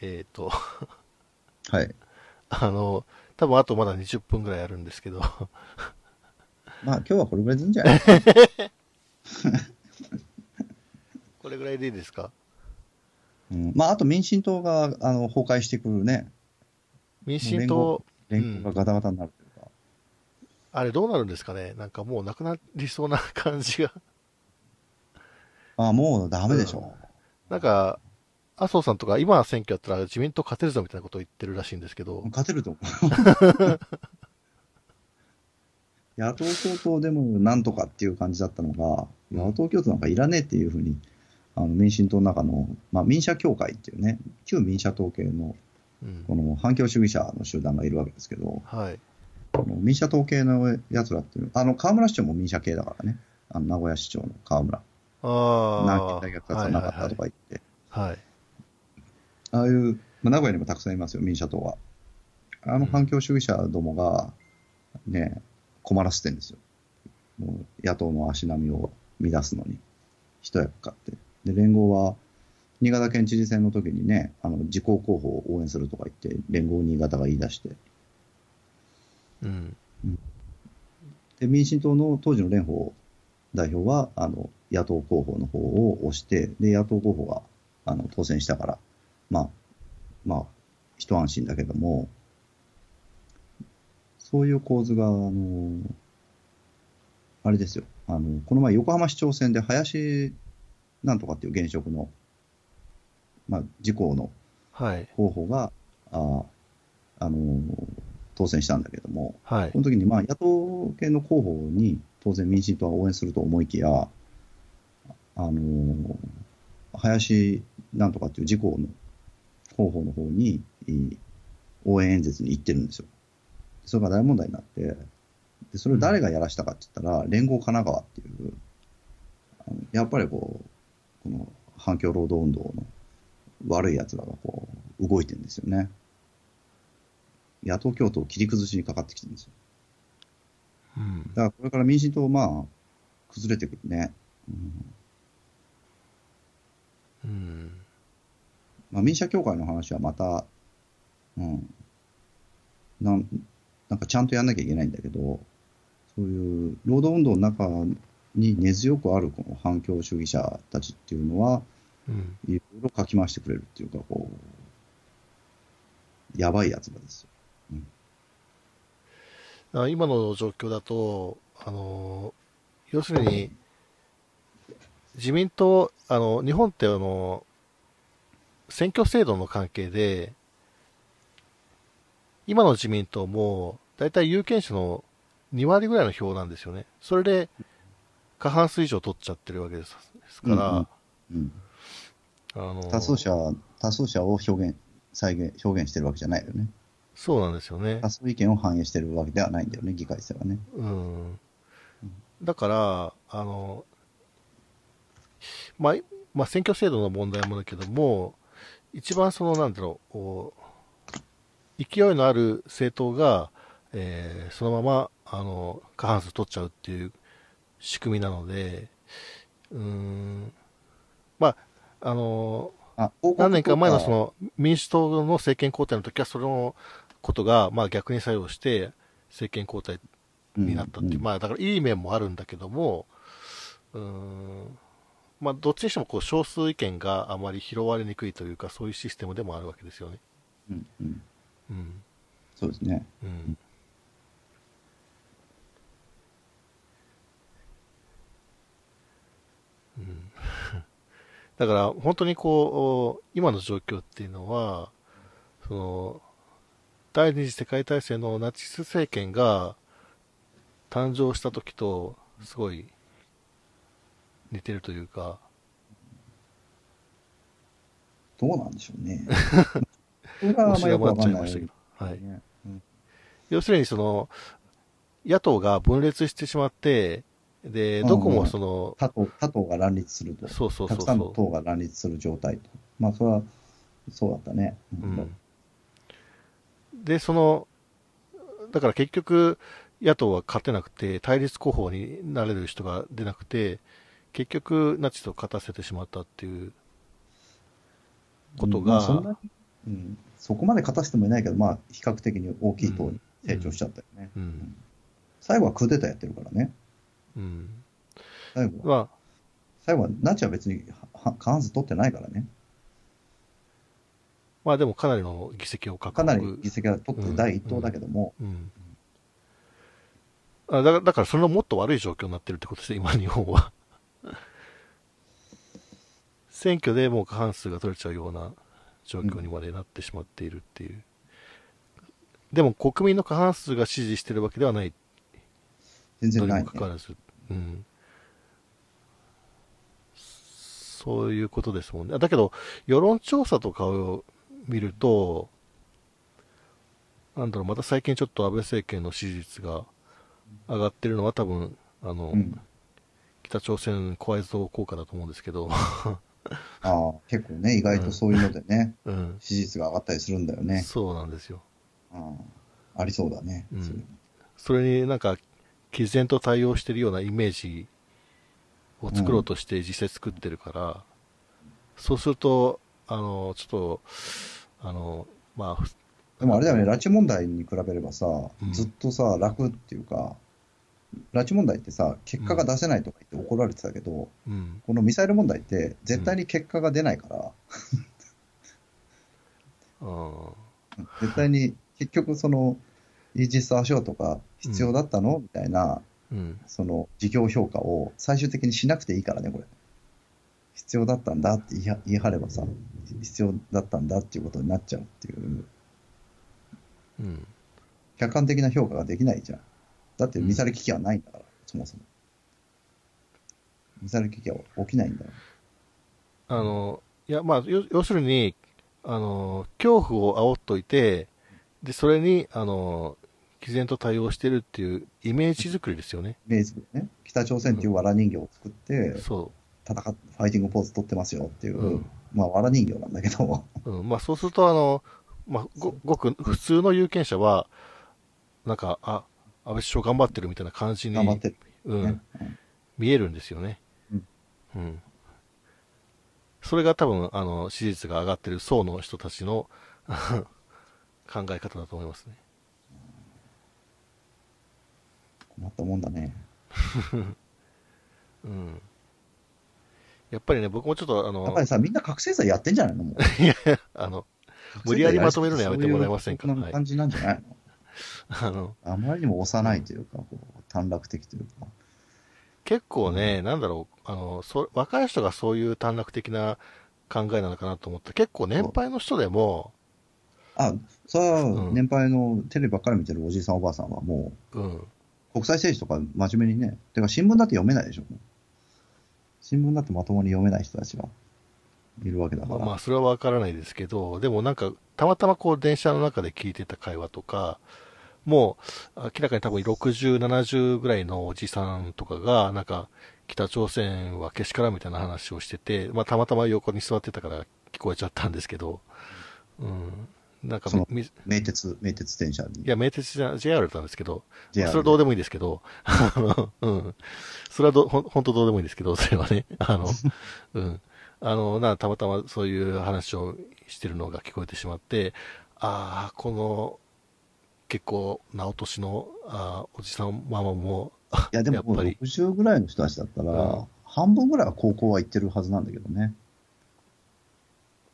えっ、と、 はい。あの、多分あとまだ20分ぐらいあるんですけど、 まあ、今日はこれぐらいでいいんじ ゃないこれぐらいでいいですかうん、まあ、あと民進党があの崩壊してくるね。民進党、連合がガタガタになるというか。あれどうなるんですかねなんかもうなくなりそうな感じが。 ああ、もうダメでしょ。なんか、麻生さんとか今選挙やったら自民党勝てるぞみたいなことを言ってるらしいんですけど、勝てると思う。 野党共闘でもなんとかっていう感じだったのが、野党共闘なんかいらねえっていうふうに、あの民進党の中の、まあ、民社協会っていうね、旧民社党系のうんこの反共主義者の集団がいるわけですけど、はい。この民社党系のやつらっていう、あの河村市長も民社系だからね、あの名古屋市長の河村、あ南京あ。大学がなかったとか言って、はいはいはい。はいああいう、まあ、名古屋にもたくさんいますよ、民社党は。あの反共主義者どもが、ね、困らせてんですよ。もう野党の足並みを乱すのに、一役買って。で、連合は、新潟県知事選の時にね、あの自公候補を応援するとか言って、連合新潟が言い出して、うん。で民進党の当時の蓮舫代表はあの野党候補の方を推してで野党候補があの当選したからまあまあ一安心だけどもそういう構図があのあれですよあのこの前横浜市長選で林なんとかっていう現職の、まあ、自公のはい。候補がああの当選したんだけども、はいこ。の時にまあ野党系の候補に当然民進党は応援すると思いきや、あのー林なんとかっていう自公の候補の方にえー応援演説に行ってるんですよ。それが大問題になって、でそれを誰がやらしたかって言ったら、連合神奈川っていう、あのやっぱりこう、この反共労働運動の悪い奴らがこう動いてるんですよね。野党共闘を切り崩しにかかってきてるんですよ。うんだからこれから民進党、まあ、崩れてくるね。ううんん。まあ、民社協会の話はまた、うん、なんなんかちゃんとやんなきゃいけないんだけど、そういう労働運動の中に根強くあるこの反共主義者たちっていうのは、うん。いろいろかき回してくれるっていうか、こう、やばいやつらですよ。だから今の状況だと、あの、要するに、自民党、あの、日本ってあの、選挙制度の関係で、今の自民党も、だいたい有権者の2割ぐらいの票なんですよね。それで、過半数以上取っちゃってるわけですですから、うん、あの多数者、多数者を表現、再現、表現してるわけじゃないよね。そうなんですよね。多数意見を反映してるわけではないんだよね、議会ではね。うんだから、あの、まあ、いまあ、選挙制度の問題もだけども、一番その、なんだろう、こう勢いのある政党が、えーそのまま、あの、過半数取っちゃうっていう仕組みなので、うーん、まあ、あの、あ、報告何年か前のとその民主党の政権交代の時は、そのことが、まあ逆に作用して、政権交代になったっていう、んまあだからいい面もあるんだけども、うーん、まあどっちにしてもこう少数意見があまり拾われにくいというか、そういうシステムでもあるわけですよね。うんうん、うん。そうですね。うん。うん、だから本当にこう、今の状況っていうのは、その、第二次世界大戦のナチス政権が誕生した時と、すごい似てるというか、どうなんでしょう ね。それはあんまよくわか押しが回っちゃんない。いましたけど。はい。ねうん要するにその、野党が分裂してしまって、で、うんどこもその、他党他党が乱立すると。そうそうたそうくさんのそ党が乱立する状態と。まあ、それは、そうだったね。う。うん、で、その、だから結局、野党は勝てなくて、対立候補になれる人が出なくて、結局、ナチスを勝たせてしまったっていうことが、まあそんなにうん、そこまで勝たせてもいないけど、まあ、比較的に大きい党に成長しちゃったよね。うん。最後はクーデターやってるからね。うん。最後は、まあ、最後はナチは別には過半数取ってないからね。まあでもかなりの議席を獲か得。なり議席は取ってる第一党だけども、うん。あだから、だからそれのもっと悪い状況になってるってことですね、今日本は。 選挙でもう過半数が取れちゃうような状況にまでなってしまっているっていう。でも国民の過半数が支持してるわけではない全然にない、もねか。かわらず、うん、そういうことですもんね。だけど、世論調査とかを見ると、なんだろう、また最近ちょっと安倍政権の支持率が上がってるのは、多分あの、うん、北朝鮮怖いぞ効果だと思うんですけど、 あー結構ね、意外とそういうのでね、うん、支持率が上がったりするんだよね。そうなんですよ。うんありそうだね。うんそれそれになんか、毅然と対応してるようなイメージを作ろうとして実際作ってるから、そうすると、あの、ちょっと、あの、まあふ、でもあれだよね、拉致問題に比べればさ、んずっとさ、楽っていうか、拉致問題ってさ、結果が出せないとか言って怒られてたけど、うん、このミサイル問題って、絶対に結果が出ないから、うん、うん絶対に結局、そのイージス・アショアとか必要だったの、みたいな、うん、その事業評価を最終的にしなくていいからね、これ。必要だったんだって言いは言い張ればさ、必要だったんだっていうことになっちゃうっていう、うん、客観的な評価ができないじゃん。だってミサイル危機はないんだから、そもそも。ミサイル危機は起きないんだよ。あの、いや、まあ、要要するに、あの、恐怖を煽っといて、で、それに、あの、毅然と対応してるっていうイメージ作りですよね。イメージね、北朝鮮っていう藁人形を作って、そ戦っファイティングポーズ取ってますよっていう、うんまあ、わら人形なんだけど、う。うん、まあ、そうすると、あの、まあ、ご、ごく普通の有権者は、なんか、あ、安倍首相頑張ってるみたいな感じに、頑張ってる、うねん、見えるんですよね。うん。うん。それが多分、あの、支持率が上がってる層の人たちの 考え方だと思いますね。困ったもんだね。うん。やっぱりね、僕もちょっと、あやっぱのり、さ、みんな覚醒剤やってんじゃないのもうあの、無理やりまとめるのやめてもらえませんかそういう感じなんじゃないの、あの、あまりにも幼いというか、こう短絡的というか、結構ね、なんだろう、あの、そ若い人がそういう短絡的な考えなのかなと思った結構年配の人でも、あそれはうん年配のテレビばっかり見てるおじいさん、おばあさんはもう、うん、国際政治とか真面目にね、てか新聞だって読めないでしょ、新聞だってまともに読めない人たちがいるわけだかまあ、ら、まあそれはわからないですけど、でもなんか、たまたまこう、電車の中で聞いてた会話とか、もう、明らかに多分60、70ぐらいのおじさんとかが、なんか、北朝鮮はけしからんみたいな話をしてて、まあ、たまたま横に座ってたから聞こえちゃったんですけど、うん。なんかそのみ、い名鉄、名鉄電車に、や、名鉄じゃ JR だったんですけど、 JR それはどうでもいいんですけど、あの、うん。それはど、ほん、ほんとどうでもいいんですけど、それはね、あ の、うん。あの、な、たまたまそういう話をしてるのが聞こえてしまって、ああ、この、結構なお年の、あーおじさん、ママも、あいや、でもやっぱり、 60ぐらいの人たちだったら、うん半分ぐらいは高校は行ってるはずなんだけどね。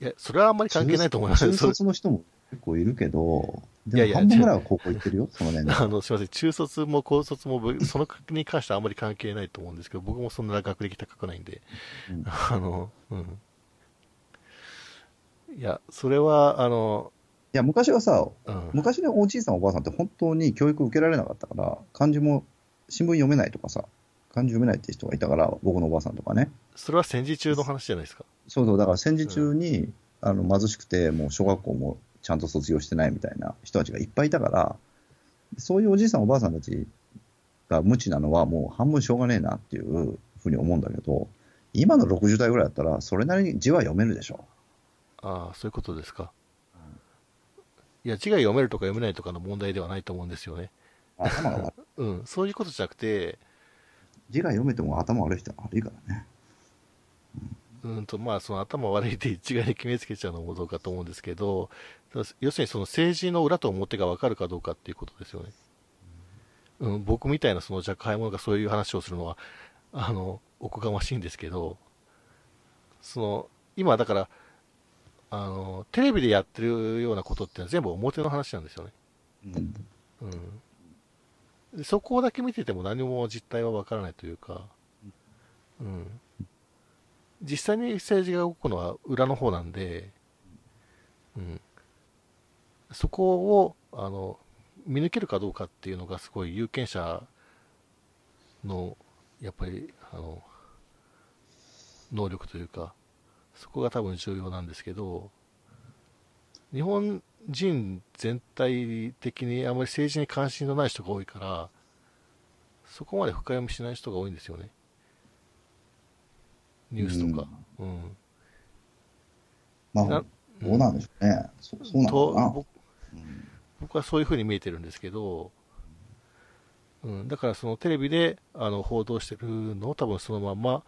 いや、それはあんまり関係ないと思います。中それ卒の人も結構いるけど、いやでいやも半分ぐらいは高校行ってるよ、その年 代。あの、すみません、中卒も高卒も、ぶそのに関してはあんまり関係ないと思うんですけど、僕もそんな学歴高くないんで、うん あの、うん。いや、それは、あの、いや、昔はさ、うん、昔のおじいさんおばあさんって本当に教育受けられなかったから、漢字も新聞読めないとかさ、漢字読めないって人がいたから、僕のおばあさんとかね。それは戦時中の話じゃないですか。そうそう、だから戦時中に、あの貧しくて、もう小学校もちゃんと卒業してないみたいな人たちがいっぱいいたから、そういうおじいさん、おばあさんたちが無知なのは、もう半分しょうがねえなっていうふうに思うんだけど、今の60代ぐらいだったら、それなりに字は読めるでしょ。ああ、そういうことですか。いや、字が読めるとか読めないとかの問題ではないと思うんですよね。頭が悪いうん、そういうことじゃなくて、字が読めても頭悪い人は悪いからね。うんと、まあ、その頭悪いって一概に決めつけちゃうのもどうかと思うんですけど、ただ要するにその政治の裏と表が分かるかどうかっていうことですよね。うん、僕みたいなその若輩者がそういう話をするのは、あの、おこがましいんですけど、その、今だから、あの、テレビでやってるようなことってのは全部表の話なんですよね。うんうんで、そこだけ見てても何も実態はわからないというか、うん、実際に政治が動くのは裏の方なんで、うん、そこをあの見抜けるかどうかっていうのがすごい有権者のやっぱりあの能力というかそこが多分重要なんですけど日本人全体的にあまり政治に関心のない人が多いからそこまで深読みしない人が多いんですよねニュースとか、うんまあ、などうなんでしょうね。そそうなのとかな。僕うん僕はそういうふうに見えてるんですけど、うん、だからそのテレビであの報道してるのを多分そのまんま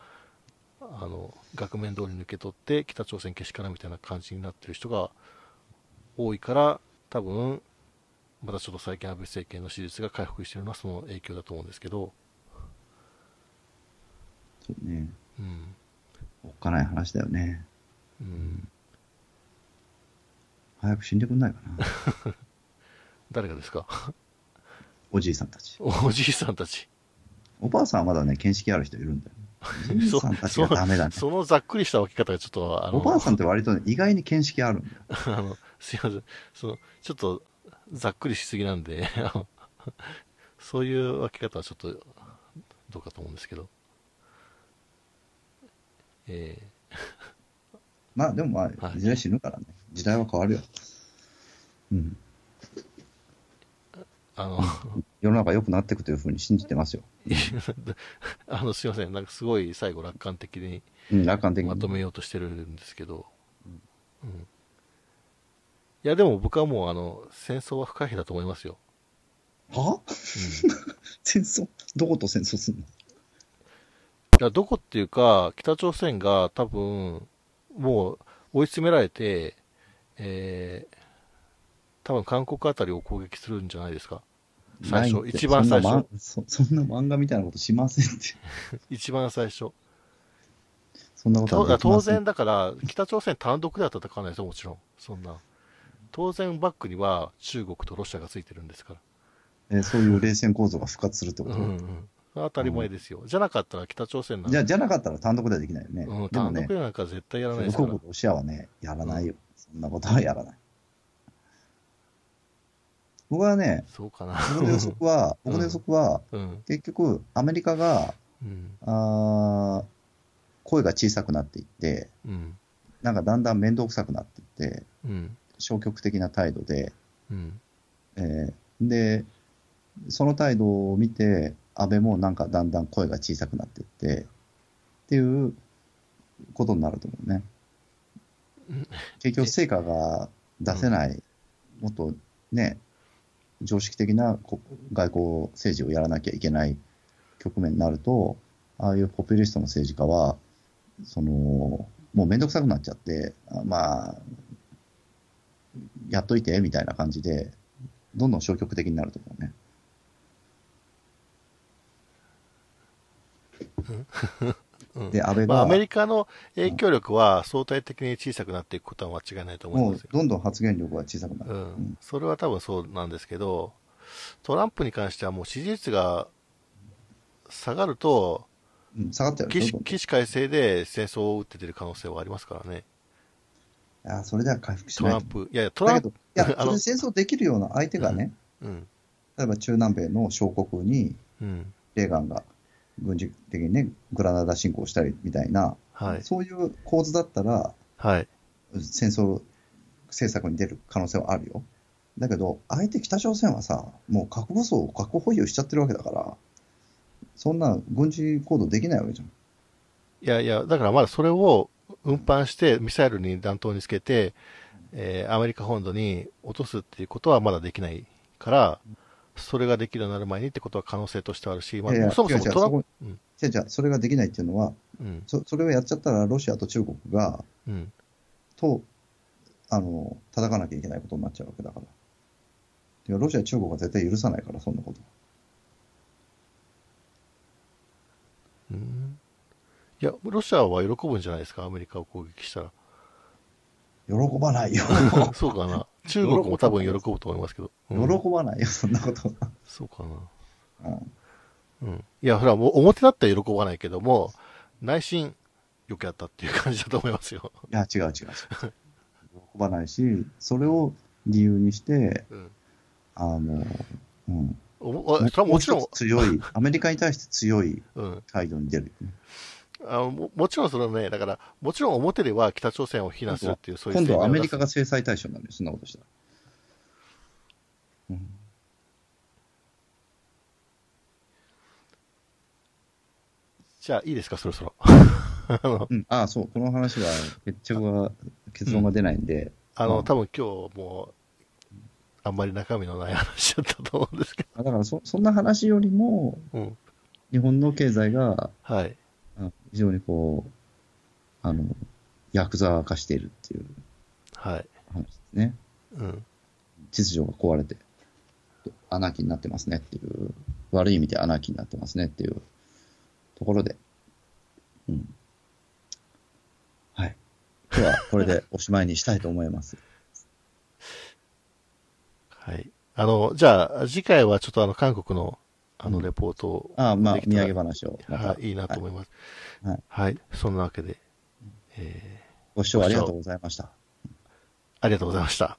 あの額面通り抜け取って北朝鮮けしからんみたいな感じになってる人が多いから多分またちょっと最近安倍政権の支持率が回復してるのはその影響だと思うんですけど、そうね。うんおっかない話だよね。うん、早く死んでくんないか な。誰がですか おじいさんたち。おじいさんたちおばあさんはまだね、見識ある人いるんだよ。おじい そさんたちがダメだね。そのざっくりした分け方がちょっとあのおばあさんって割とね、意外に見識あるんだよ。 あの、すいません。その、ちょっと、ざっくりしすぎなんで、 あの、そういう分け方はちょっと、どうかと思うんですけど。えまあでもまあは、いいずれ死ぬからね。時代は変わるよ。うん。ーあの、 世の中良くなっていくというふうに信じてますよ。あの、すいません。なんかすごい最後楽観的にうん、楽観的に。まとめようとしてるんですけど。うん。いや、でも僕はもう、あの、戦争は不可避だと思いますよ。はうん。だか 戦争どこと戦争すんのらどこっていうか、北朝鮮が多分、もう追い詰められて、えー、多分韓国あたりを攻撃するんじゃないですか。最初ないって一番最初そんなまそ。 そんな漫画みたいなことしませんって。一番最初。そんなこととはでき当ません然だから、北朝鮮単独では戦わないですよ、もちろん。そんな。当然バックには中国とロシアがついてるんですから。えーそういう冷戦構造が復活するってこうと、んうん。当たり前ですよ。じゃなかったら北朝鮮なんじか、ゃじゃなかったら単独ではできないよね。うん、でも単独ね、でなんか絶対やらないですか中ら国。とロシアはね、やらないよ。そんなことはやらない。僕はね、そうかな。僕の予測は、うん僕の予測は、 うん。結局、アメリカが、うん。あー声が小さくなっていって、うん。なんかだんだん面倒くさくなっていって、うん。消極的な態度で、うん。えーで、その態度を見て、安倍もなんかだんだん声が小さくなっていって、っていうことになると思うねうん。結局、成果が出せない、もっとね、常識的なこ外交政治をやらなきゃいけない局面になると、ああいうポピュリストの政治家は、その、もうめんどくさくなっちゃって、あまあ、やっといて、みたいな感じで、どんどん消極的になると思うね。うんで、安倍まあ、が、アメリカの影響力は相対的に小さくなっていくことは間違いないと思いもまうすよ。どんどん発言力が小さくなうる。ん、それは多分そうなんですけど、トランプに関してはもう支持率が下がると、うん、下がっちゃうよ起どん死どん起死回生で戦争を打って出る可能性はありますからね、ああ、それでは回復しトないラとンプ、いやいや、トだラけンプ、ど、いや、あそれので戦争できるような相手がね、うん、例えば中南米の小国に、うん、レーガンが軍事的にね、グラナダ侵攻したりみたいな、はい、そういう構図だったら、はい、戦争政策に出る可能性はあるよ。だけど、相手北朝鮮はさ、もう核武装、核保有しちゃってるわけだから、そんな軍事行動できないわけじゃん。いやいや、だからまだそれを運搬して、ミサイルに弾頭につけて、えーアメリカ本土に落とすっていうことはまだできないから、それができるようになる前にってことは可能性としてはあるし、まあいやいやそもそも違う違うトランそこプ、うんじゃあじゃあそれができないっていうのは、うん、そそれをやっちゃったら、ロシアと中国が、うん、と、あの、叩かなきゃいけないことになっちゃうわけだから。てかロシア、中国は絶対許さないから、そんなこと。うん。いや、ロシアは喜ぶんじゃないですか、アメリカを攻撃した ら。喜ばないよ。そうかな。中国も多分喜ぶと思いますけど。うん喜ばないよ、そんなこと。そうかな。うんうん。いや、ほら、もう表だったら喜ばないけども、内心、よくやったっていう感じだと思いますよ。いや、違う違う違う。喜ばないし、それを理由にして、うん。あの、うん。おおそれはもちろんう一、つ強い、アメリカに対して強いうん。態度に出る。あのももちろんそのね、だから、もちろん表では北朝鮮を非難するっていう、そういう今度はアメリカが。が制裁対象になるよ、そんなことしたら。うんじゃあ、いいですか、そろそろ。うん、ああ、そう、この話は、決着は、結論が出ないんで、あうの、ん多分今日もう、あんまり中身のない話だったと思うんですけあだからそ、そんな話よりも、ど。うん。日本の経済が、はい。あ非常にこう、あの、ヤクザ化しているっていうはい。話ですね。うん。秩序が壊れて、アナーキーになってますねっていう、悪い意味でアナーキーになってますねっていうところで、うん。はい。今日はこれでおしまいにしたいと思います。はい。あの、じゃあ、次回はちょっとあの、韓国の、あの、レポートを、ああ、まあ、で土きたら産話をまはたい、いいなと思います。ははいい。そんなわけで、えーご視聴ありがとうございました。ありがとうございました。